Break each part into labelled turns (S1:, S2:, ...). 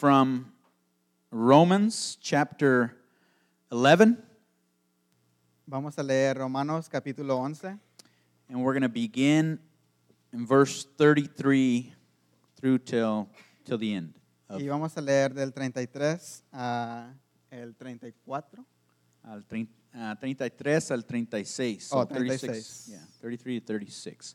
S1: from Romans chapter 11,
S2: Vamos a leer Romanos capítulo 11
S1: and we're going to begin in verse 33 through till, till the end. Of,
S2: y vamos a leer del 33 a el 34.
S1: al trein- ah, 33 al 36.
S2: Oh,
S1: 36.
S2: 36.
S1: Yeah, 33 to 36.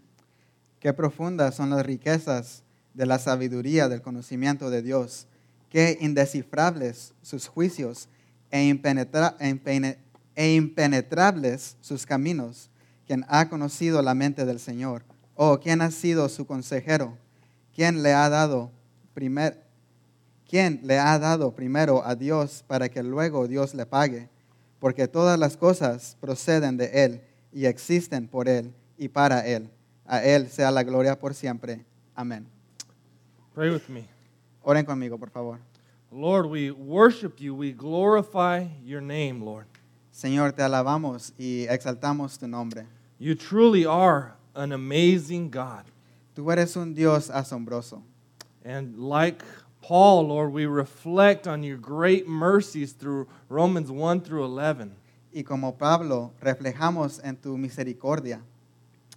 S2: Qué profundas son las riquezas de la sabiduría del conocimiento de Dios. Qué indescifrables sus juicios e, impenetra- e impene- e impenetrables sus caminos. Quien ha conocido la mente del Señor. Oh, ¿quién ha sido su consejero? ¿Quién le ha dado primer, ¿Quién le ha dado primero a Dios para que luego Dios le pague? Porque todas las cosas proceden de Él y existen por Él y para Él. A Él sea la gloria por siempre. Amén.
S3: Pray with me.
S2: Oren conmigo, por favor.
S3: Lord, we worship you. We glorify your name, Lord.
S2: Señor, te alabamos y exaltamos tu nombre.
S3: You truly are an amazing God.
S2: Tú eres un Dios asombroso.
S3: And like Paul, Lord, we reflect on your great mercies through Romans 1 through 11.
S2: Y como Pablo, reflejamos en tu misericordia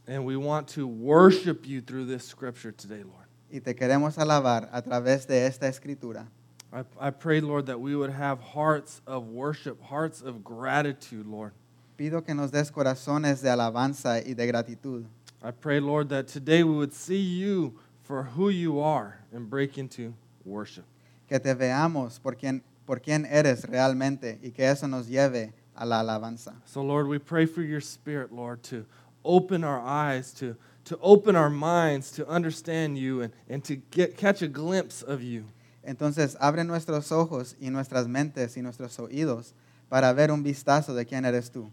S3: And we want to worship you through this scripture today, Lord.
S2: y te queremos alabar a través de esta escritura.
S3: I, I pray, Lord, that we would have hearts of worship, hearts of gratitude, Lord.
S2: Pido que nos des corazones de alabanza y de gratitud.
S3: I pray, Lord, that today we would see you for who you are and break into worship.
S2: que te veamos por quien, por quien eres realmente y que eso nos lleve a la alabanza.
S3: So, Lord, we pray for your spirit, Lord, to open our eyes, to, to open our minds, to understand you, and, and to get, catch a glimpse of you.
S2: Entonces abre nuestros ojos y nuestras mentes y nuestros oídos para ver un vistazo de quién eres tú.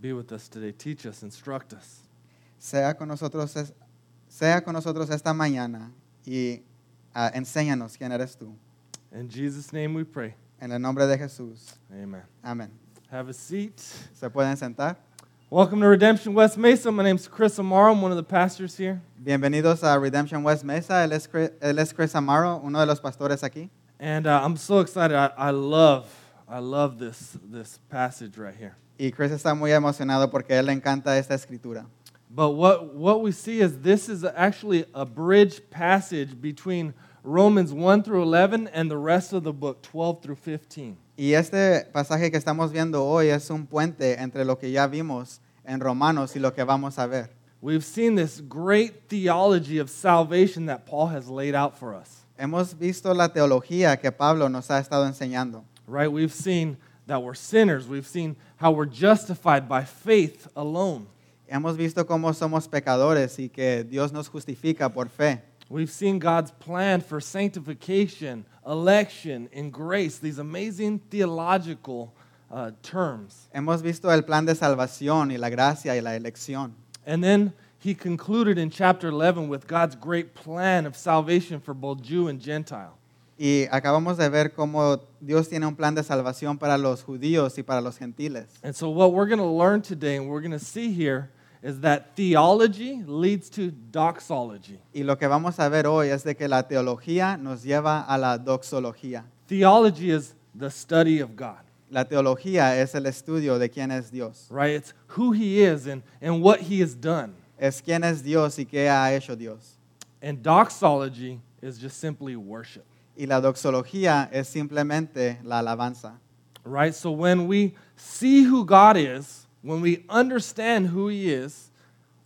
S3: Be with us today. Teach us, instruct us.
S2: Sea con nosotros, es- sea con nosotros esta mañana y ah, enséñanos quién eres tú.
S3: In Jesus' name we pray.
S2: En el nombre de Jesús.
S3: Amen.
S2: Amén.
S3: Have a seat.
S2: ¿Se pueden sentar?
S3: Welcome to Redemption West Mesa. My name's Chris Amaro. I'm one of the pastors here.
S2: Bienvenidos a Redemption West Mesa. Él es Chris, él es Chris Amaro, uno de los pastores aquí.
S3: And uh, I'm so excited. I, I love, I love this, this passage right here.
S2: Y Chris está muy emocionado porque a él le encanta esta escritura.
S3: But what, what we see is this is actually a bridge passage between Romans 1 through 11 and the rest of the book, 12 through 15.
S2: Y este pasaje que estamos viendo hoy es un puente entre lo que ya vimos en Romanos y lo que vamos a ver.
S3: We've seen this great theology of salvation that Paul has laid out for us,
S2: Hemos visto la teología que Pablo nos ha estado enseñando.
S3: right? We've seen that we're sinners, we've seen how we're justified by faith alone.
S2: Hemos visto cómo somos pecadores y que Dios nos justifica por fe.
S3: We've seen God's plan for sanctification, election, and grace, these amazing theological uh, terms.
S2: Hemos visto el plan de salvación y la gracia y la elección.
S3: And then he concluded in chapter 11 with God's great plan of salvation for both Jew and Gentile.
S2: Y acabamos de ver cómo Dios tiene un plan de salvación para los judíos y para los gentiles.
S3: And so, what we're going to learn today and we're going to see here is that theology leads to doxology.
S2: Y lo que vamos a ver hoy es de que la teología nos lleva a la doxología.
S3: Theology is the study of God,
S2: La teología es el estudio de quién es Dios.
S3: right? It's who he is and, and what he has done.
S2: Es quién es Dios y qué ha hecho Dios.
S3: And doxology is just simply worship,
S2: Y la doxología es simplemente la alabanza.
S3: right? So, when we see who God is, when we understand who he is,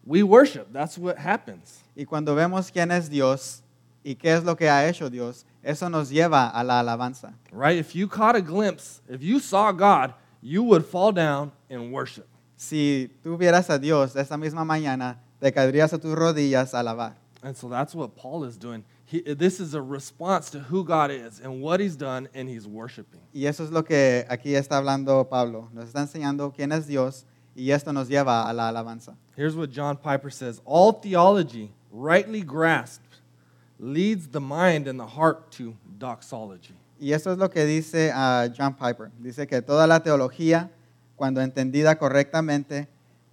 S3: we worship. That's what happens.
S2: Y cuando vemos quién es Dios y qué es lo que ha hecho Dios, eso nos lleva a la alabanza.
S3: right? If you caught a glimpse, if you saw God, you would fall down and worship.
S2: Si tú vieras a Dios esta misma mañana, te caerías a tus rodillas a alabar.
S3: And so that's what Paul is doing. he, this is a response to who God is and what he's done, and he's worshiping.
S2: Y eso es lo que aquí está hablando Pablo. Nos está enseñando quién es Dios y esto nos lleva a la alabanza.
S3: Here's what John Piper says All theology, rightly grasped, leads the mind and the heart to doxology.
S2: Y esto es lo que dice ah, John Piper. Dice que toda la teología, cuando entendida correctamente,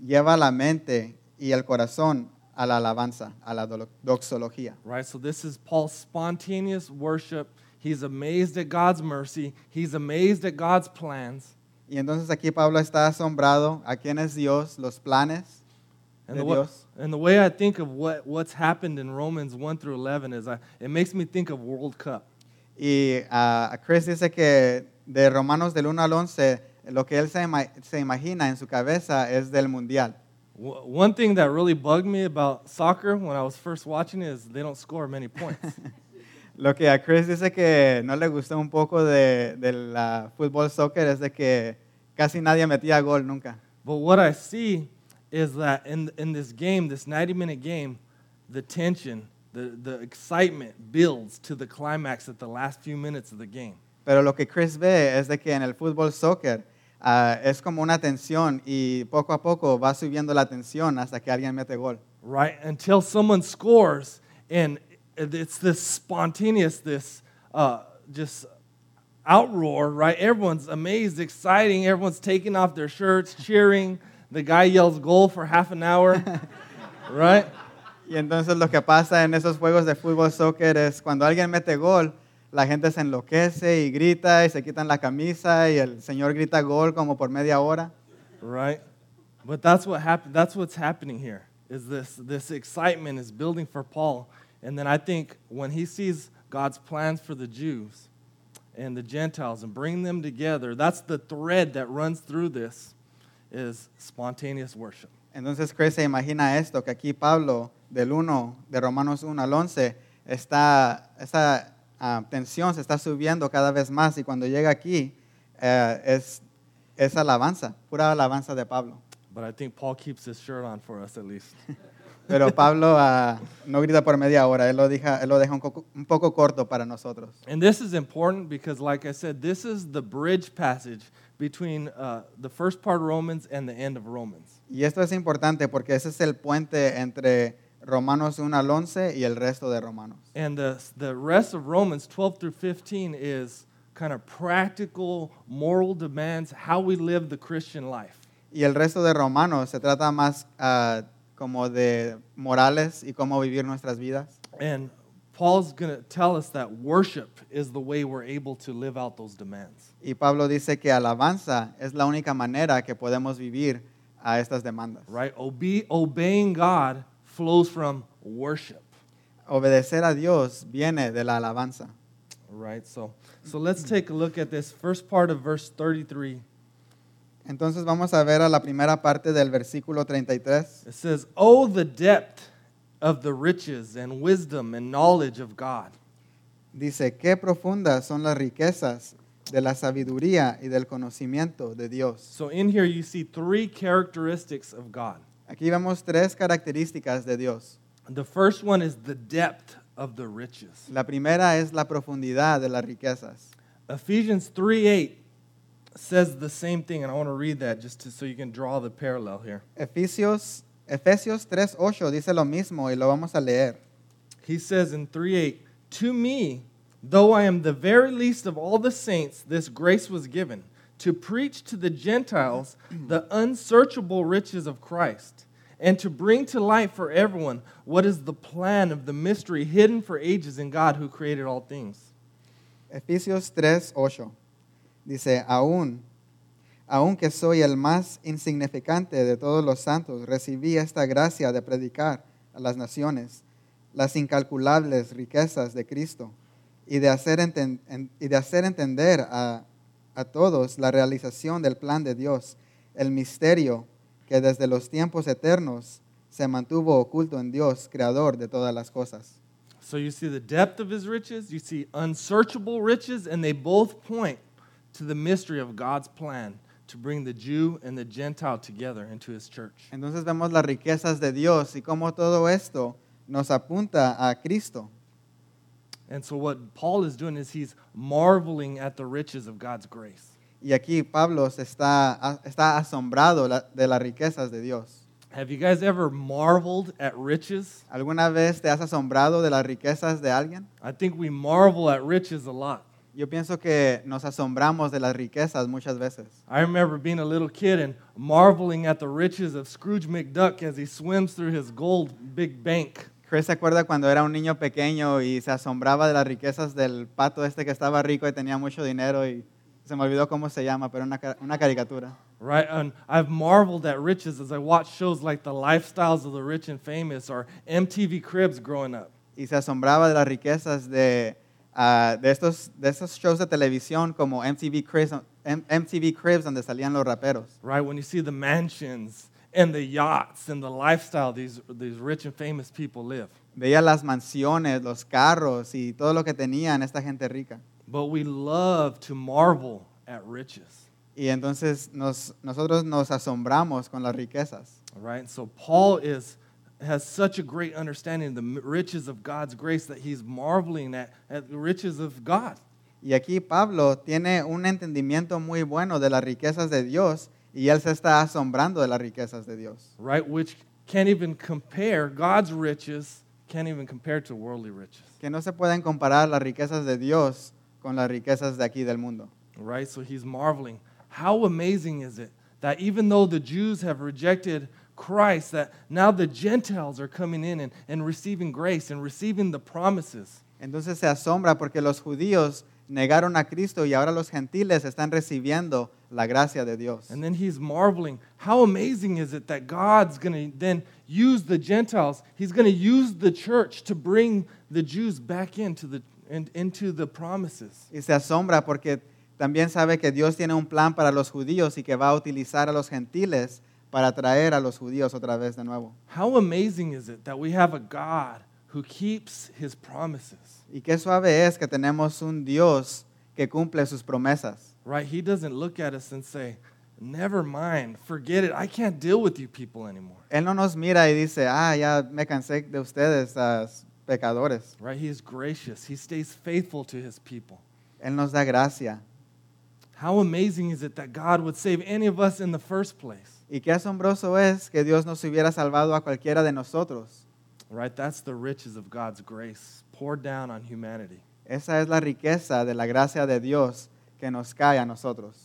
S2: lleva la mente y el corazón a la alabanza, a la do- doxología.
S3: Right? So, this is Paul's spontaneous worship. He's amazed at God's mercy, he's amazed at God's plans.
S2: Y entonces aquí Pablo está asombrado a quién es Dios, los planes
S3: And
S2: de
S3: the, wa-
S2: Dios.
S3: and the way I think of what, what's happened in Romans 1 through 11 is I, it makes me think of World Cup.
S2: Y ah, Chris dice que de Romanos del 1 al 11, lo que él se, ima- se imagina en su cabeza es del mundial.
S3: W- one thing that really bugged me about soccer when I was first watching it is they don't score many points.
S2: Lo que a Chris dice que no le gustó un poco de, del ah, fútbol soccer es de que casi nadie metía gol nunca.
S3: but what I see is that in, in this game, this 90 minute game, the tension, the, the excitement builds to the climax at the last few minutes of the game.
S2: Pero lo que Chris ve es de que en el fútbol soccer ah, es como una tensión y poco a poco va subiendo la tensión hasta que alguien mete gol.
S3: right? Until someone scores, and it's this spontaneous, this uh, just outroar, right? Everyone's amazed, exciting. Everyone's taking off their shirts, cheering. The guy yells goal for half an hour, right?
S2: Y entonces lo que pasa en esos juegos de fútbol soccer es cuando alguien mete gol, la gente se enloquece y grita y se quitan la camisa y el señor grita gol como por media hora.
S3: Right? But that's what happened. That's what's happening here. Is this this excitement is building for Paul, and then I think when he sees God's plans for the Jews and the Gentiles and bring them together, that's the thread that runs through this, is spontaneous worship.
S2: Entonces Chris se imagina esto, que aquí Pablo del 1, de Romanos 1 al 11, está, esa ah, tensión se está subiendo cada vez más y cuando llega aquí eh, es, es alabanza, pura alabanza de Pablo.
S3: But I think Paul keeps his shirt on for us at least.
S2: Pero Pablo ah, no grita por media hora, él lo deja, él lo deja un, coco- un poco corto para nosotros.
S3: And this is important because, like I said, this is the bridge passage between uh, the first part of Romans and the end of Romans.
S2: Y esto es importante porque ese es el puente entre Romanos 1 al 11 y el resto de Romanos.
S3: And the, the rest of Romans 12 through 15 is kind of practical moral demands, how we live the Christian life.
S2: Y el resto de Romanos se trata más ah, como de morales y cómo vivir nuestras vidas.
S3: And Paul's going to tell us that worship is the way we're able to live out those demands.
S2: Y Pablo dice que alabanza es la única manera que podemos vivir a estas demandas.
S3: Right? Obe- obeying God flows from worship.
S2: Obedecer a Dios viene de la alabanza.
S3: Right? So so let's take a look at this first part of verse 33.
S2: Entonces vamos a ver a la primera parte del versículo 33.
S3: It says, "Oh the depth of the riches and wisdom and knowledge of God."
S2: Dice, qué profundas son las riquezas de la sabiduría y del conocimiento de Dios.
S3: So in here you see three characteristics of God.
S2: Aquí vemos tres características de Dios.
S3: The first one is the depth of the riches.
S2: La primera es la profundidad de las riquezas.
S3: Ephesians 3:8 says the same thing and I want to read that just to, so you can draw the parallel here.
S2: Efesios, Efesios 3.8 dice lo mismo y lo vamos a leer.
S3: He says in 3:8, "To me, though I am the very least of all the saints, this grace was given to preach to the Gentiles the unsearchable riches of Christ." And to bring to light for everyone what is the plan of the mystery hidden for ages in God who created all things.
S2: Efesios 3.8 dice, aún, aún que soy el más insignificante de todos los santos, recibí esta gracia de predicar a las naciones las incalculables riquezas de Cristo y de hacer, enten- en- y de hacer entender a, a todos la realización del plan de Dios, el misterio que desde los tiempos eternos se mantuvo oculto en Dios, creador de todas las cosas.
S3: So you see the depth of his riches, you see unsearchable riches, and they both point to the mystery of God's plan to bring the Jew and the Gentile together into his church.
S2: Entonces vemos las riquezas de Dios y cómo todo esto nos apunta a Cristo.
S3: And so, what Paul is doing is he's marveling at the riches of God's grace.
S2: Y aquí Pablo se está, está asombrado la- de las riquezas de Dios.
S3: Have you guys ever marveled at riches?
S2: ¿Alguna vez te has asombrado de las riquezas de alguien?
S3: I think we marvel at riches a lot.
S2: Yo pienso que nos asombramos de las riquezas muchas veces.
S3: I remember being a little kid and marveling at the riches of Scrooge McDuck as he swims through his gold big bank.
S2: Chris se acuerda cuando era un niño pequeño y se asombraba de las riquezas del pato este que estaba rico y tenía mucho dinero y se me olvidó cómo se llama, pero una, ca- una caricatura.
S3: Right, and I've marveled at riches as I watched shows like The Lifestyles of the Rich and Famous or MTV Cribs growing up.
S2: Y se asombraba de las riquezas de, ah, de, estos, de estos shows de televisión como MTV Cribs, M- MTV Cribs donde salían los raperos.
S3: Right, when you see the mansions and the yachts and the lifestyle these, these rich and famous people live.
S2: Veía las mansiones, los carros y todo lo que tenían esta gente rica.
S3: But we love to marvel at riches.
S2: Y entonces nos- nosotros nos asombramos con las riquezas.
S3: All right. So Paul is has such a great understanding of the m- riches of God's grace that he's marveling at, at the riches of God.
S2: Y aquí Pablo tiene un entendimiento muy bueno de las riquezas de Dios y él se está asombrando de las riquezas de Dios,
S3: Right? Which can't even compare God's riches can't even compare to worldly riches.
S2: que no se pueden comparar las riquezas de Dios con las riquezas de aquí del mundo.
S3: All right. So he's marveling. How amazing is it that even though the Jews have rejected Christ, that now the Gentiles are coming in and, and receiving grace and receiving the promises.
S2: Entonces se asombra porque los judíos negaron a Cristo y ahora los gentiles están recibiendo la gracia de Dios.
S3: And then he's marveling, how amazing is it that God's going to then use the Gentiles? He's going to use the church to bring the Jews back into the in, into the promises.
S2: Y se asombra porque también sabe que Dios tiene un plan para los judíos y que va a utilizar a los gentiles para traer a los judíos otra vez de nuevo.
S3: How amazing is it that we have a God who keeps his promises?
S2: Y qué suave es que tenemos un Dios que cumple sus promesas.
S3: Right? He doesn't look at us and say, "Never mind, forget it. I can't deal with you people anymore."
S2: Él no nos mira y dice, ah, ya me cansé de ustedes, ah, pecadores.
S3: Right? He is gracious. He stays faithful to his people.
S2: Él nos da gracia.
S3: How amazing is it that God would save any of us in the first place?
S2: Y qué asombroso es que Dios nos hubiera salvado a cualquiera de nosotros.
S3: Right? That's the riches of God's grace poured down on humanity.
S2: Esa es la riqueza de la gracia de Dios que nos cae a nosotros.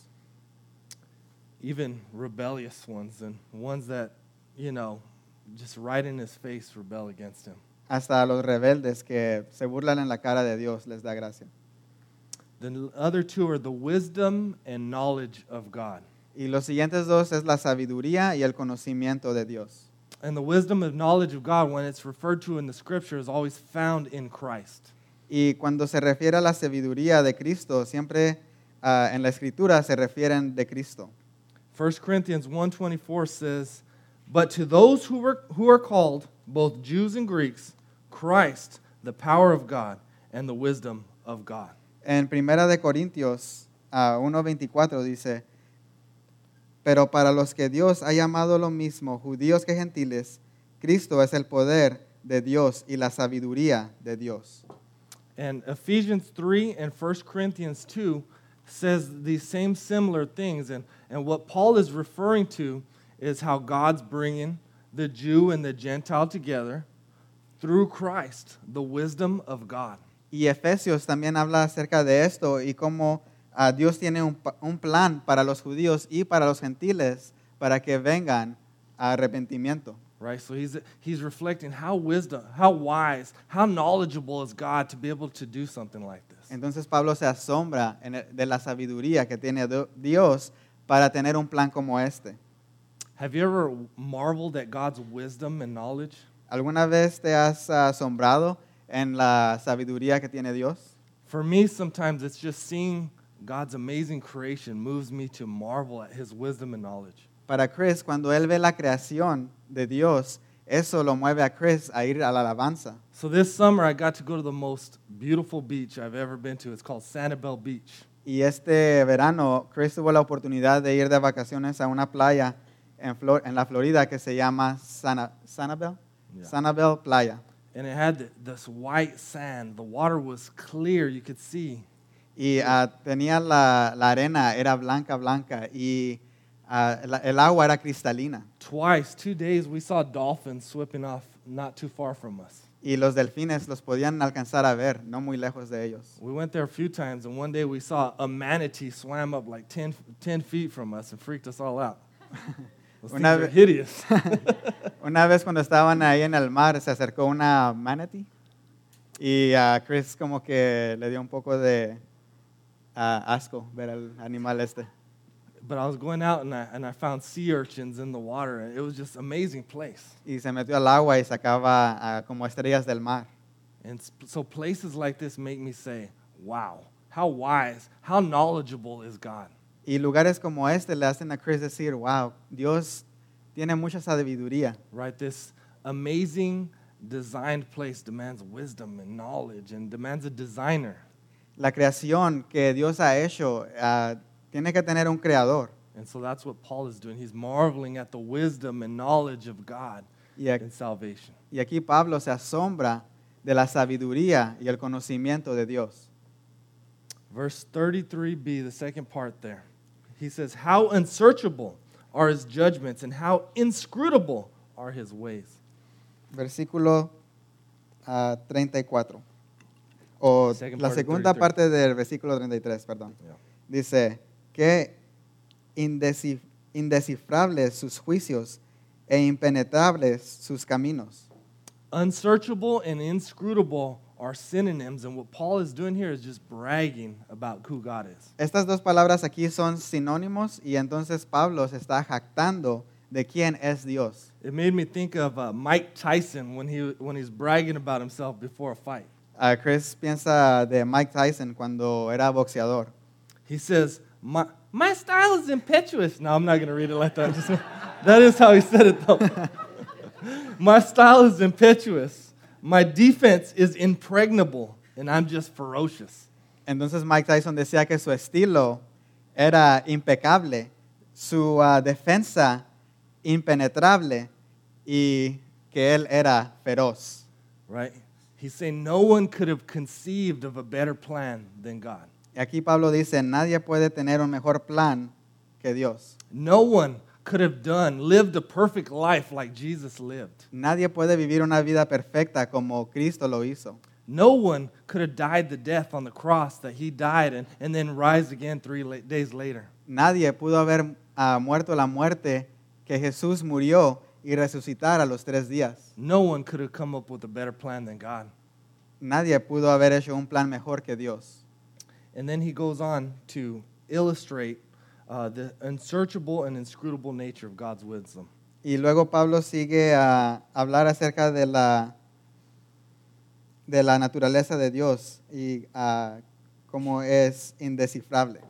S3: Even rebellious ones and ones that, you know, just right in his face rebel against him.
S2: Hasta a los rebeldes que se burlan en la cara de Dios les da gracia.
S3: The other two are the wisdom and knowledge of God.
S2: Y los siguientes dos es la sabiduría y el conocimiento de Dios.
S3: And the wisdom and knowledge of God, when it's referred to in the scripture, is always found in Christ.
S2: Y cuando se refiere a la sabiduría de Cristo, siempre ah, en la escritura se refieren de Cristo.
S3: 1 Corinthians 1:24 says, "But to those who were who are called, both Jews and Greeks, Christ, the power of God and the wisdom of God."
S2: En Primera de Corintios ah, 1.24 dice, pero para los que Dios ha llamado lo mismo, judíos que gentiles, Cristo es el poder de Dios y la sabiduría de Dios.
S3: And Ephesians 3 and 1 Corinthians 2 says these same similar things. And, and what Paul is referring to is how God's bringing the Jew and the Gentile together through Christ, the wisdom of God.
S2: Y Efesios también habla acerca de esto y cómo ah, Dios tiene un, pa- un plan para los judíos y para los gentiles para que vengan a arrepentimiento.
S3: Right? So he's, he's reflecting how wisdom, how wise, how knowledgeable is God to be able to do something like this.
S2: Entonces Pablo se asombra en el- de la sabiduría que tiene Do- Dios para tener un plan como este.
S3: Have you ever marveled at God's wisdom and knowledge?
S2: ¿Alguna vez te has asombrado en la sabiduría que tiene Dios?
S3: For me, sometimes it's just seeing God's amazing creation moves me to marvel at his wisdom and knowledge.
S2: Para Chris, cuando él ve la creación de Dios, eso lo mueve a Chris a ir a la alabanza.
S3: So this summer, I got to go to the most beautiful beach I've ever been to. It's called Sanibel Beach.
S2: Y este verano, Chris tuvo la oportunidad de ir de vacaciones a una playa en, Flor- en la Florida que se llama Sana- Sanibel,
S3: Yeah.
S2: Sanibel Playa.
S3: and it had th- this white sand. The water was clear, you could see.
S2: Y ah, tenía la, la arena, era blanca, blanca, y ah, la- el agua era cristalina.
S3: Twice, two days, we saw dolphins swimming off not too far from us.
S2: Y los delfines los podían alcanzar a ver, no muy lejos de ellos.
S3: We went there a few times, and one day we saw a manatee swam up like 10, 10 feet from us and freaked us all out. Those
S2: We're
S3: things
S2: not-
S3: are hideous.
S2: Una vez cuando estaban ahí en el mar, se acercó una manatee y a Chris como que le dio un poco de ah, asco ver al animal este.
S3: but I was going out, and I, and I found sea urchins in the water, and it was just amazing place.
S2: Y se metió al agua y sacaba ah, como estrellas del mar.
S3: And s- so places like this make me say, wow, how wise, how knowledgeable is God?
S2: Y lugares como este le hacen a Chris decir, wow, Dios tiene mucha sabiduría.
S3: Right? This amazing designed place demands wisdom and knowledge and demands a designer.
S2: La creación que Dios ha hecho ah, tiene que tener un creador.
S3: And so that's what Paul is doing. He's marveling at the wisdom and knowledge of God
S2: Y, ac-
S3: in salvation.
S2: y aquí Pablo se asombra de la sabiduría y el conocimiento de Dios.
S3: Verse 33b, the second part there. He says, How unsearchable are his judgments and how inscrutable are his ways.
S2: Versículo ah, 34. O
S3: Second
S2: la
S3: part of
S2: segunda
S3: 33.
S2: parte del versículo 33, perdón.
S3: Yeah.
S2: Dice que indeci- indescifrables sus juicios e impenetrables sus caminos.
S3: Unsearchable and inscrutable are synonyms, and what Paul is doing here is just bragging about who God is.
S2: Estas dos palabras aquí son sinónimos y entonces Pablo se está jactando de quién es Dios.
S3: It made me think of uh, Mike Tyson when, he, when he's bragging about himself before a fight.
S2: Ah, Chris piensa de Mike Tyson cuando era boxeador.
S3: He says, My, my style is impetuous. No, I'm not going to read it like that. Just- that is how he said it, though. my style is impetuous. My defense is impregnable, and I'm just ferocious.
S2: Entonces Mike Tyson decía que su estilo era impecable, su ah, defensa impenetrable y que él era feroz.
S3: Right? He's saying no one could have conceived of a better plan than God.
S2: Y aquí Pablo dice, nadie puede tener un mejor plan que Dios.
S3: No one could have done, lived a perfect life like Jesus lived.
S2: Nadie puede vivir una vida perfecta como Cristo lo hizo.
S3: No one could have died the death on the cross that he died and, and then rise again three la- days later.
S2: Nadie pudo haber ah, muerto la muerte que Jesús murió y resucitar a los tres días.
S3: No one could have come up with a better plan than God.
S2: Nadie pudo haber hecho un plan mejor que Dios.
S3: And then he goes on to illustrate uh, the unsearchable and inscrutable nature of God's wisdom.
S2: Y luego Pablo sigue a hablar acerca de la, de la naturaleza de Dios y ah, cómo es indescifrable.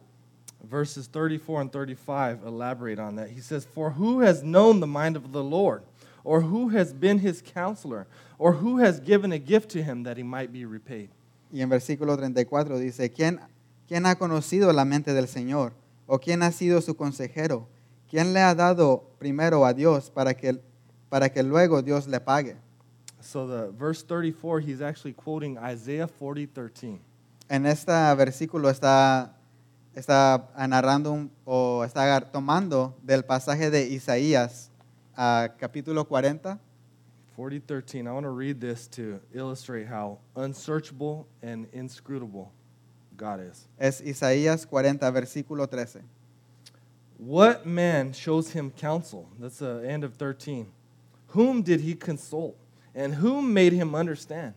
S3: Verses 34 and 35 elaborate on that. He says, For who has known the mind of the Lord? Or who has been his counselor? Or who has given a gift to him that he might be repaid?
S2: Y en versículo 34 dice, ¿quién, ¿quién ha conocido la mente del Señor? ¿O quién ha sido su consejero? ¿Quién le ha dado primero a Dios para que, para que luego Dios le pague?
S3: So the verse 34, he's actually quoting Isaiah 40, 13.
S2: En este versículo está, está narrando un- o está agar- tomando del pasaje de Isaías, ah, capítulo 40,
S3: 40, 13. I want to read this to illustrate how unsearchable and inscrutable God is.
S2: es Isaías 40, versículo 13.
S3: What man shows him counsel? That's the end of 13. Whom did he consult? And whom made him understand?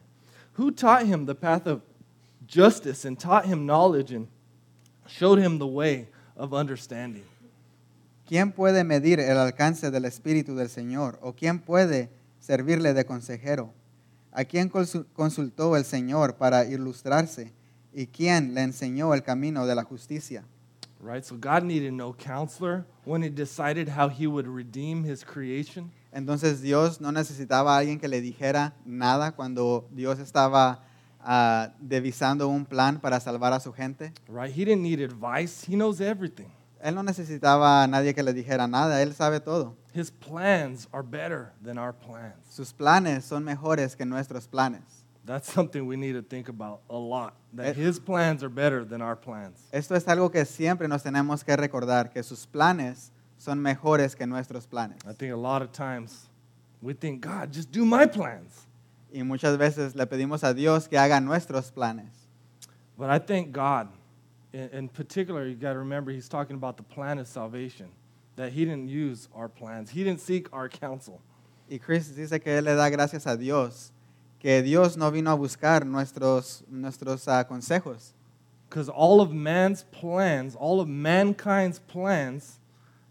S3: Who taught him the path of justice and taught him knowledge and showed him the way of understanding?
S2: ¿Quién puede medir el alcance del Espíritu del Señor? ¿O quién puede servirle de consejero? ¿A quién consu- consultó el Señor para ilustrarse? ¿Y quién le enseñó el camino de la justicia?
S3: Right? So God needed no counselor when he decided how he would redeem his creation.
S2: Entonces Dios no necesitaba a alguien que le dijera nada cuando Dios estaba ah, devisando un plan para salvar a su gente.
S3: Right? He didn't need advice. He knows everything.
S2: Él no necesitaba a nadie que le dijera nada, Él sabe todo.
S3: His plans are better than our plans.
S2: Sus planes son mejores que nuestros planes.
S3: That's something we need to think about a lot.
S2: It-
S3: That his plans are better than our plans.
S2: Esto es algo que siempre nos tenemos que recordar, que sus planes son mejores que nuestros planes.
S3: I think a lot of times we think, God, just do my plans.
S2: Y muchas veces le pedimos a Dios que haga nuestros planes.
S3: But I thank God, in, in particular, you got to remember, he's talking about the plan of salvation, that he didn't use our plans, he didn't seek our counsel.
S2: Y Chris dice que él le da gracias a Dios, que Dios no vino a buscar nuestros, nuestros ah, consejos,
S3: Because all of man's plans, all of mankind's plans,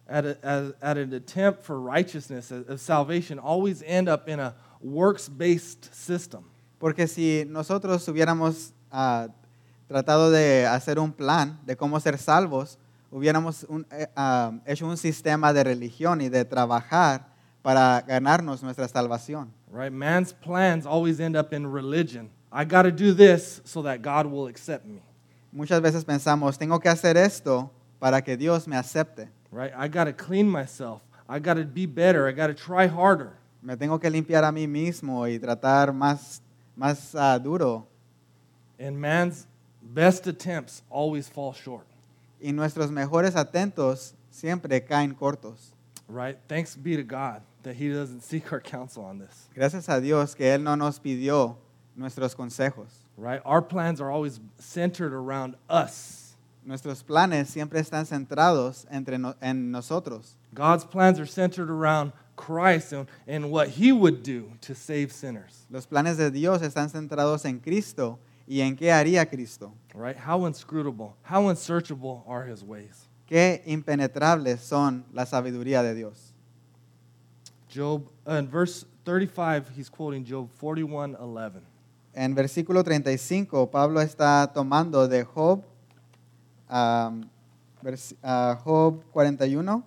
S3: at, a, as, at an attempt for righteousness, of of salvation, always end up in a works based system.
S2: porque si nosotros hubiéramos ah, tratado de hacer un plan de cómo ser salvos, hubiéramos un, eh, ah, hecho un sistema de religión y de trabajar para ganarnos nuestra salvación.
S3: Right? Man's plans always end up in religion. I got to do this so that God will accept me.
S2: Muchas veces pensamos, tengo que hacer esto para que Dios me acepte.
S3: Right? I got to clean myself. I got to be better. I got to try harder.
S2: Me tengo que limpiar a mí mismo y tratar más, más ah, duro.
S3: And man's best attempts always fall short.
S2: Y nuestros mejores atentos siempre caen cortos.
S3: Right? Thanks be to God that he doesn't seek our counsel on this.
S2: Gracias a Dios que Él no nos pidió nuestros consejos.
S3: Right? Our plans are always centered around us.
S2: Nuestros planes siempre están centrados entre no- en nosotros.
S3: God's plans are centered around Christ and, and what he would do to save sinners.
S2: Los planes de Dios están centrados en Cristo y en qué haría Cristo.
S3: Right? How inscrutable, how unsearchable are his ways.
S2: Qué impenetrables son la sabiduría de Dios.
S3: Job uh, in verse 35, he's quoting Job 41:11.
S2: En versículo 35, Pablo está tomando de Job, um, vers- ah, Job 41,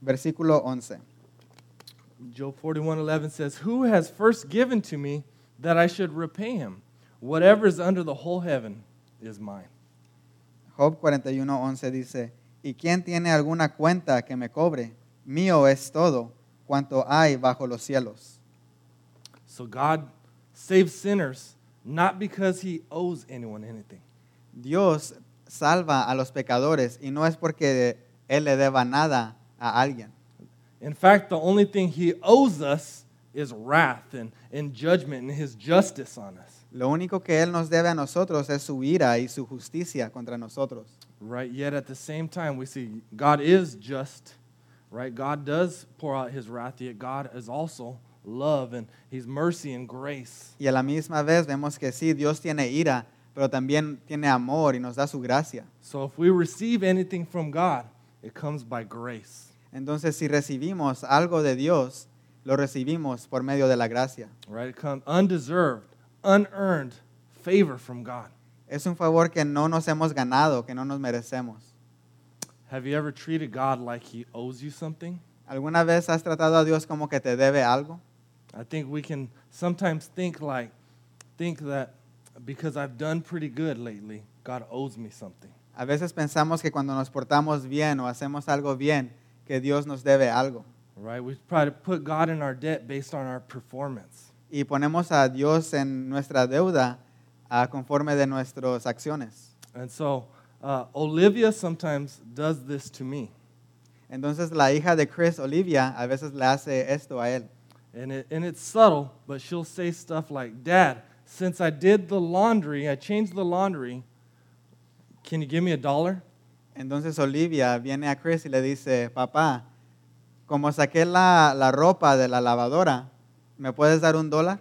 S2: versículo 11.
S3: Job 41:11 says, "Who has first given to me that I should repay him? Whatever is under the whole heaven is mine."
S2: Job 41:11 dice, ¿y quién tiene alguna cuenta que me cobre? Mío es todo cuanto hay bajo los cielos.
S3: So God saves sinners not because he owes anyone anything,
S2: Dios salva a los pecadores y no es porque Él le deba nada a alguien.
S3: In fact, the only thing he owes us is wrath and, and judgment and his justice on us.
S2: Lo único que Él nos debe a nosotros es su ira y su justicia contra nosotros.
S3: Right? Yet at the same time, we see God is just, right? God does pour out his wrath, yet God is also love and he's mercy and grace.
S2: Y a la misma vez vemos que sí, Dios tiene ira, pero también tiene amor y nos da su gracia.
S3: So if we receive anything from God, it comes by grace.
S2: Entonces, si recibimos algo de Dios, lo recibimos por medio de la gracia.
S3: Right? It comes undeserved, unearned favor from God.
S2: Es un favor que no nos hemos ganado, que no nos merecemos.
S3: Have you ever treated God like he owes you something?
S2: ¿Alguna vez has tratado a Dios como que te debe algo?
S3: I think we can sometimes think like think that because I've done pretty good lately, God owes me something.
S2: A veces pensamos que cuando nos portamos bien o hacemos algo bien, que Dios nos debe algo.
S3: Right? We try to put God in our debt based on our performance.
S2: Y ponemos a Dios en nuestra deuda ah, conforme de nuestras acciones.
S3: And so uh, Olivia sometimes does this to me.
S2: Entonces la hija de Chris, Olivia, a veces le hace esto a él.
S3: And, it, and it's subtle, but she'll say stuff like, Dad, since I did the laundry, I changed the laundry, can you give me a dollar?
S2: Entonces Olivia viene a Chris y le dice, papá, como saqué la, la ropa de la lavadora, ¿me puedes dar un dólar?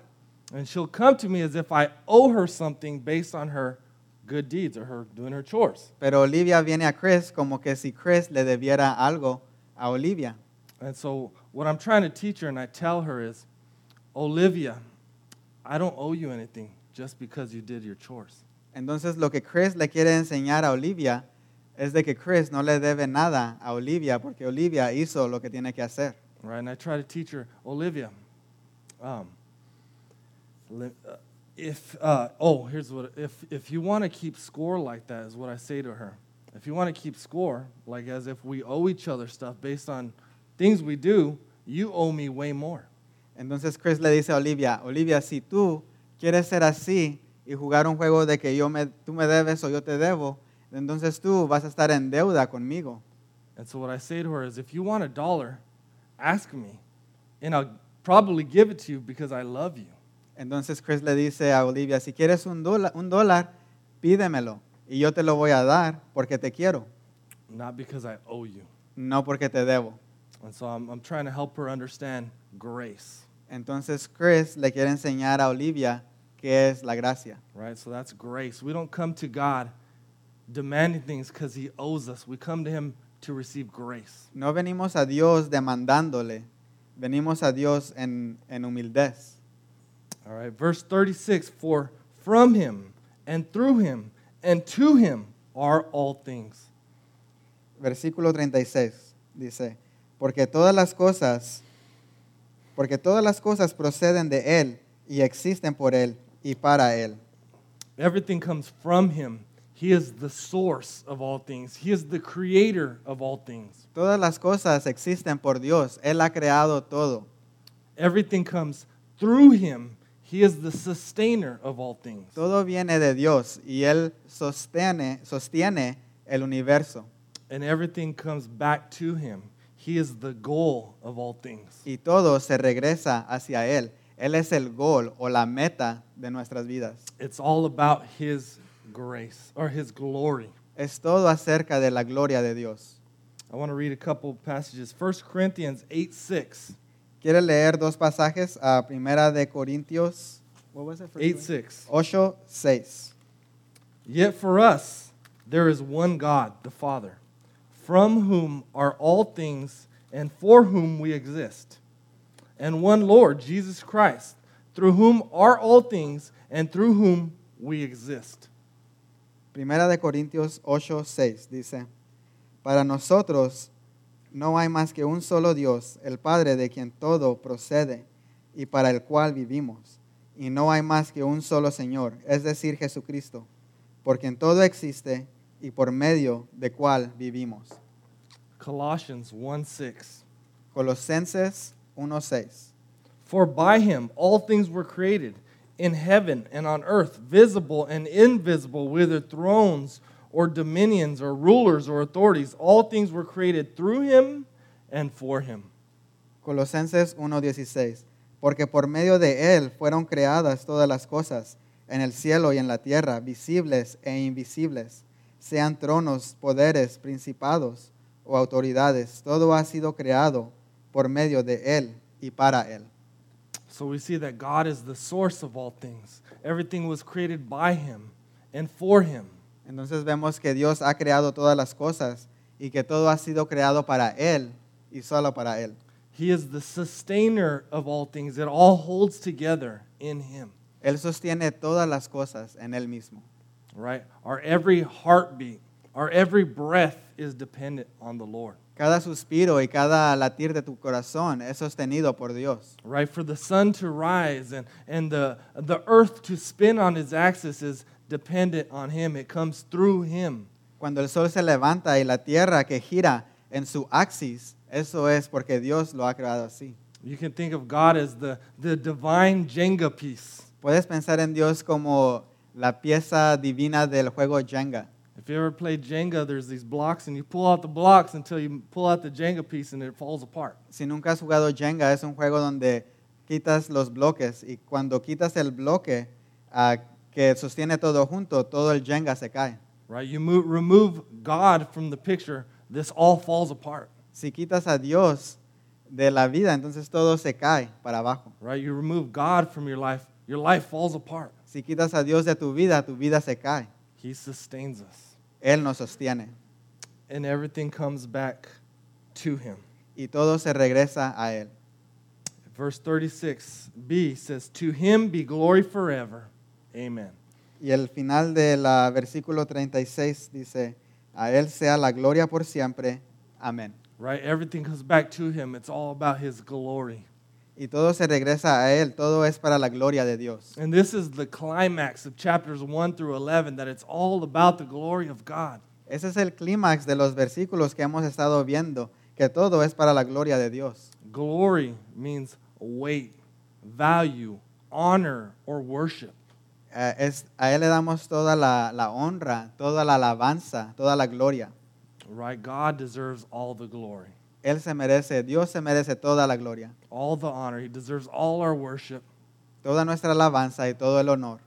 S3: And she'll come to me as if I owe her something based on her good deeds or her doing her chores.
S2: Pero Olivia viene a Chris como que si Chris le debiera algo a Olivia.
S3: And so, what I'm trying to teach her and I tell her is, Olivia, I don't owe you anything just because you did your chores.
S2: Entonces lo que Chris le quiere enseñar a Olivia es de que Chris no le debe nada a Olivia porque Olivia hizo lo que tiene que hacer.
S3: Right? And I try to teach her, Olivia, um, li- uh, if, uh, oh, here's what, if, if you want to keep score like that, is what I say to her. If you want to keep score, like as if we owe each other stuff based on things we do, you owe me way more.
S2: Entonces Chris le dice a Olivia, Olivia, si tú quieres ser así y jugar un juego de que yo me, tú me debes o yo te debo, entonces tú vas a estar en deuda conmigo.
S3: And so what I say to her is, if you want a dollar, ask me, and I'll probably give it to you because I love you.
S2: Entonces Chris le dice a Olivia, si quieres un, dola- un dólar, pídemelo y yo te lo voy a dar porque te quiero,
S3: not because I owe you.
S2: no porque te debo.
S3: And so I'm, I'm trying to help her understand grace,
S2: Entonces Chris le quiere enseñar a Olivia qué es la gracia.
S3: right? So that's grace. We don't come to God demanding things because he owes us. We come to him to receive grace.
S2: No venimos a Dios demandándole, venimos a Dios en, en humildad.
S3: All right, verse 36 For from him and through him and to him are all things.
S2: Versículo 36 dice, porque todas las cosas, porque todas las cosas proceden de Él y existen por Él y para Él.
S3: Everything comes from him. He is the source of all things, he is the creator of all things.
S2: Todas las cosas existen por Dios, Él ha creado todo.
S3: Everything comes through him. He is the sustainer of all things.
S2: Todo viene de Dios y Él sostiene, sostiene el universo.
S3: and everything comes back to him. He is the goal of all things.
S2: y todo se regresa hacia Él. Él es el gol o la meta de nuestras vidas.
S3: It's all about his grace or his glory.
S2: Es todo acerca de la gloria de Dios.
S3: I want to read a couple passages. 1 Corinthians 8 6.
S2: Quiere leer dos pasajes a Primera de Corintios
S3: 8 6.
S2: 8, 6.
S3: Yet for us there is one God, the Father, from whom are all things and for whom we exist, and one Lord, Jesus Christ, through whom are all things and through whom we exist.
S2: Primera de Corintios 8, 6 dice, para nosotros no hay más que un solo Dios, el Padre de quien todo procede y para el cual vivimos. Y no hay más que un solo Señor, es decir, Jesucristo, por quien todo existe y por medio de cual vivimos.
S3: Colossians 1 6.
S2: Colosenses 1, 6.
S3: For by him all things were created, in heaven and on earth, visible and invisible, whether thrones or dominions or rulers or authorities, all things were created through him and for him.
S2: Colosenses 1:16, porque por medio de él fueron creadas todas las cosas, en el cielo y en la tierra, visibles e invisibles, sean tronos, poderes, principados o autoridades, todo ha sido creado por medio de él y para él.
S3: So we see that God is the source of all things. Everything was created by him and for him.
S2: Entonces vemos que Dios ha creado todas las cosas y que todo ha sido creado para él y solo para él.
S3: He is the sustainer of all things. It all holds together in him.
S2: Él sostiene todas las cosas en él mismo.
S3: right? Our every heartbeat, our every breath is dependent on the Lord,
S2: Cada suspiro y cada latir de tu corazón es sostenido por Dios.
S3: right? For the sun to rise and, and the, the earth to spin on its axis is dependent on Him. It comes through Him.
S2: Cuando el sol se levanta y la tierra que gira en su axis, eso es porque Dios lo ha creado así.
S3: You can think of God as the, the divine Jenga piece.
S2: Puedes pensar en Dios como la pieza divina del juego Jenga.
S3: If you ever played Jenga, there's these blocks, and you pull out the blocks until you pull out the Jenga piece and it falls apart.
S2: Si nunca has jugado Jenga, es un juego donde quitas los bloques y cuando quitas el bloque ah, que sostiene todo junto, todo el Jenga se cae.
S3: Right? You move, remove God from the picture, this all falls apart.
S2: Si quitas a Dios de la vida, entonces todo se cae para abajo.
S3: Right? You remove God from your life, your life falls apart.
S2: Si quitas a Dios de tu vida, tu vida se cae.
S3: He sustains us.
S2: Él nos sostiene
S3: And everything comes back to him.
S2: y todo se regresa a Él.
S3: Verse 36b says, To him be glory forever. Amen.
S2: Y el final del ah, versículo 36 dice, a Él sea la gloria por siempre. Amén.
S3: Right? Everything comes back to him. It's all about his glory.
S2: Y todo se regresa a Él, todo es para la gloria de Dios.
S3: And this is the climax of chapters 1 through 11 that it's all about the glory of God.
S2: Ese es el clímax de los versículos que hemos estado viendo, que todo es para la gloria de Dios.
S3: Glory means weight, value, honor, or worship.
S2: Eh, es- a Él le damos toda la, la honra, toda la alabanza, toda la gloria.
S3: Right? God deserves all the glory,
S2: Él se merece, Dios se merece toda la gloria,
S3: all the honor. He deserves all our worship.
S2: toda nuestra alabanza y todo el honor.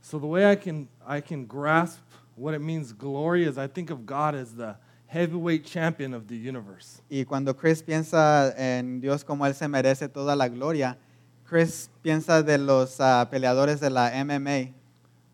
S3: So the way I can I can grasp what it means glory is I think of God as the heavyweight champion of the universe.
S2: Y cuando Chris piensa en Dios como Él se merece toda la gloria, Chris piensa de los ah, peleadores de la MMA.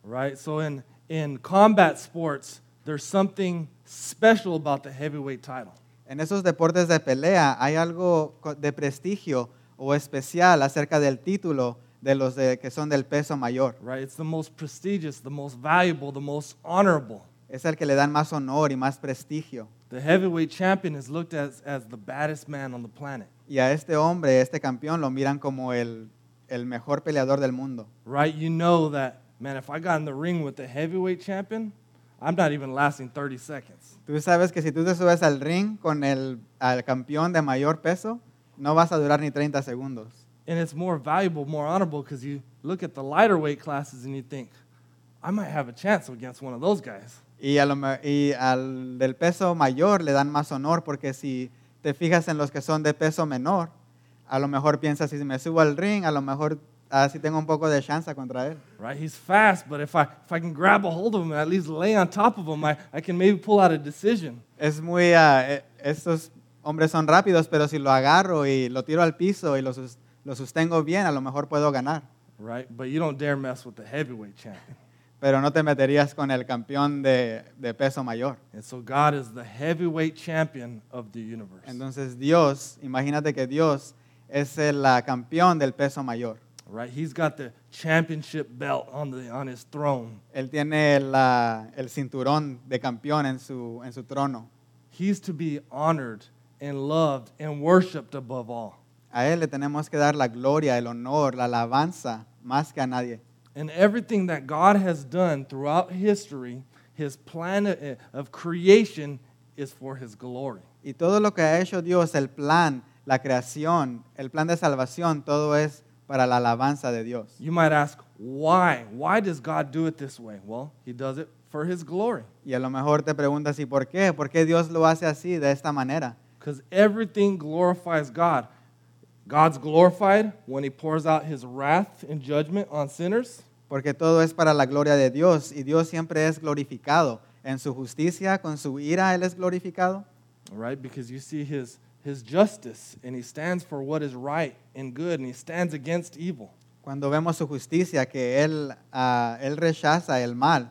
S3: Right? So in in combat sports, there's something special about the heavyweight title.
S2: En esos deportes de pelea hay algo co- de prestigio o especial acerca del título de los de- que son del peso mayor.
S3: Right? It's the most prestigious, the most valuable, the most honorable.
S2: Es el que le dan más honor y más prestigio.
S3: The heavyweight champion is looked at as, as the baddest man on the planet.
S2: Y a este hombre, a este campeón, lo miran como el, el mejor peleador del mundo.
S3: Right? You know that, man, if I got in the ring with the heavyweight champion, I'm not even lasting 30 seconds.
S2: Tú sabes que si tú te subes al ring con el al campeón de mayor peso, no vas a durar ni 30 segundos.
S3: and it's more valuable, more honorable because you look at the lighter weight classes and you think, I might have a chance against one of those guys.
S2: Y, a lo me- y al del peso mayor le dan más honor porque si te fijas en los que son de peso menor, a lo mejor piensas, si me subo al ring, a lo mejor así tengo un poco de chance contra él.
S3: Right? He's fast, but if I if I can grab a hold of him and at least lay on top of him, I, I can maybe pull out a decision.
S2: Es muy, ah, eh, estos hombres son rápidos, pero si lo agarro y lo tiro al piso y lo, sus- lo sostengo bien, a lo mejor puedo ganar.
S3: Right? But you don't dare mess with the heavyweight champion.
S2: Pero no te meterías con el campeón de, de peso mayor.
S3: And so God is the heavyweight champion of the universe.
S2: Entonces Dios, imagínate que Dios es el ah, campeón del peso mayor.
S3: right? He's got the championship belt on the on his throne.
S2: Él tiene la- el cinturón de campeón en su, en su trono.
S3: He's to be honored and loved and worshiped above all.
S2: A Él le tenemos que dar la gloria, el honor, la alabanza, más que a nadie.
S3: and everything that God has done throughout history, his plan of- of creation is for his glory.
S2: Y todo lo que ha hecho Dios, el plan, la creación, el plan de salvación, todo es para la alabanza de Dios.
S3: You might ask, why? Why does God do it this way? Well, he does it for his glory.
S2: Y a lo mejor te preguntas, ¿y por qué? ¿Por qué Dios lo hace así, de esta manera?
S3: Because everything glorifies God. God's glorified when he pours out his wrath and judgment on sinners.
S2: Porque todo es para la gloria de Dios y Dios siempre es glorificado. En su justicia, con su ira, Él es glorificado.
S3: All right, because you see his, his justice and he stands for what is right and good and he stands against evil.
S2: Cuando vemos su justicia, que Él, ah, él rechaza el mal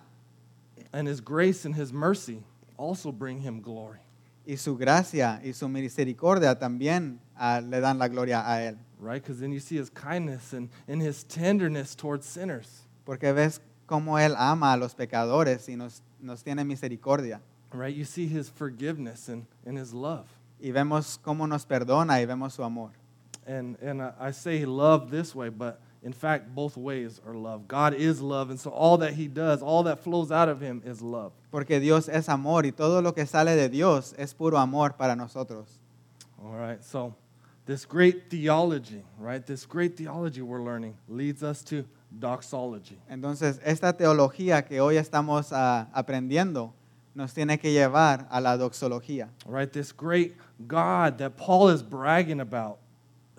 S3: And his grace and his mercy also bring him glory.
S2: y su gracia y su misericordia también ah, le dan la gloria a Él.
S3: right? Because then you see his kindness and, and his tenderness towards sinners,
S2: Porque ves cómo Él ama a los pecadores y nos, nos tiene misericordia.
S3: right? You see his forgiveness and, and his love.
S2: Y vemos cómo nos perdona y vemos su amor.
S3: And, and I, I say love this way, but in fact, both ways are love. God is love, and so all that he does, all that flows out of him is love.
S2: Porque Dios es amor y todo lo que sale de Dios es puro amor para nosotros.
S3: All right, so this great theology, right? This great theology we're learning leads us to doxology.
S2: Entonces, esta teología que hoy estamos ah, aprendiendo nos tiene que llevar a la doxología.
S3: All right, this great God that Paul is bragging about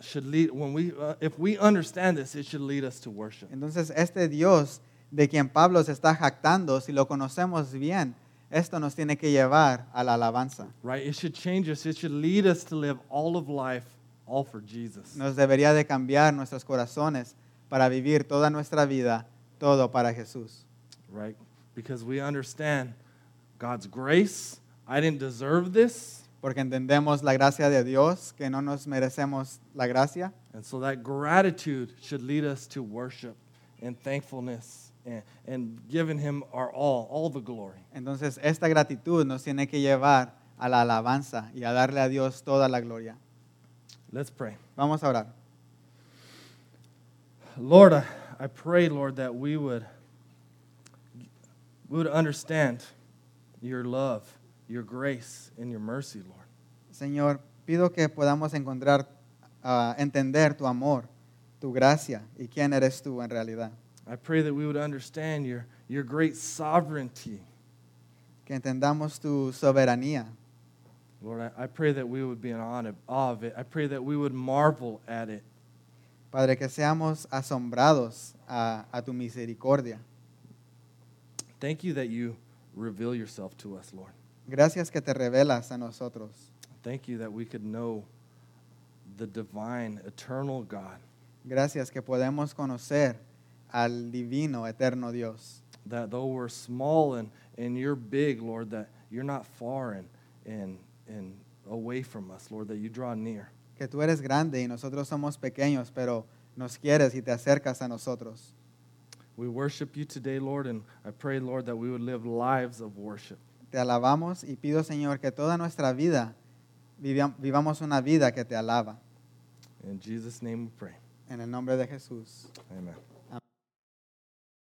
S3: should lead when we uh, if we understand this, it should lead us to worship.
S2: Entonces, este Dios de quien Pablo se está jactando, si lo conocemos bien, esto nos tiene que llevar a la alabanza.
S3: right? It should change us. It should lead us to live all of life, all for Jesus.
S2: Nos debería de cambiar nuestros corazones para vivir toda nuestra vida, todo para Jesús.
S3: Right? Because we understand God's grace. I didn't deserve this.
S2: Porque entendemos la gracia de Dios, que no nos merecemos la gracia.
S3: And so that gratitude should lead us to worship and thankfulness and, and giving Him our all, all the glory.
S2: Entonces, esta gratitud nos tiene que llevar a la alabanza y a darle a Dios toda la gloria.
S3: Let's pray.
S2: Vamos a orar.
S3: Lord, I, I pray, Lord, that we would we would understand your love, your grace, and your mercy, Lord.
S2: Señor, pido que podamos encontrar ah, ah, entender tu amor, tu gracia y quién eres tú en realidad.
S3: I pray that we would understand your, your great sovereignty.
S2: Que entendamos tu soberanía.
S3: Lord, I, I pray that we would be in awe of- awe of it. I pray that we would marvel at it.
S2: Padre, que seamos asombrados a, a tu misericordia.
S3: Thank you that you reveal yourself to us, Lord.
S2: Gracias que te revelas a nosotros.
S3: Thank you that we could know the divine, eternal God,
S2: Gracias que podemos conocer al divino, eterno Dios.
S3: that though we're small and, and you're big, Lord, that you're not far and, and, and away from us, Lord, that you draw near.
S2: Que tú eres grande y nosotros somos pequeños, pero nos quieres y te acercas a nosotros.
S3: We worship you today, Lord, and I pray, Lord, that we would live lives of worship.
S2: Te alabamos y pido, Señor, que toda nuestra vida viviam- vivamos una vida que te alaba.
S3: In Jesus' name we pray.
S2: En el nombre de Jesús.
S3: Amen.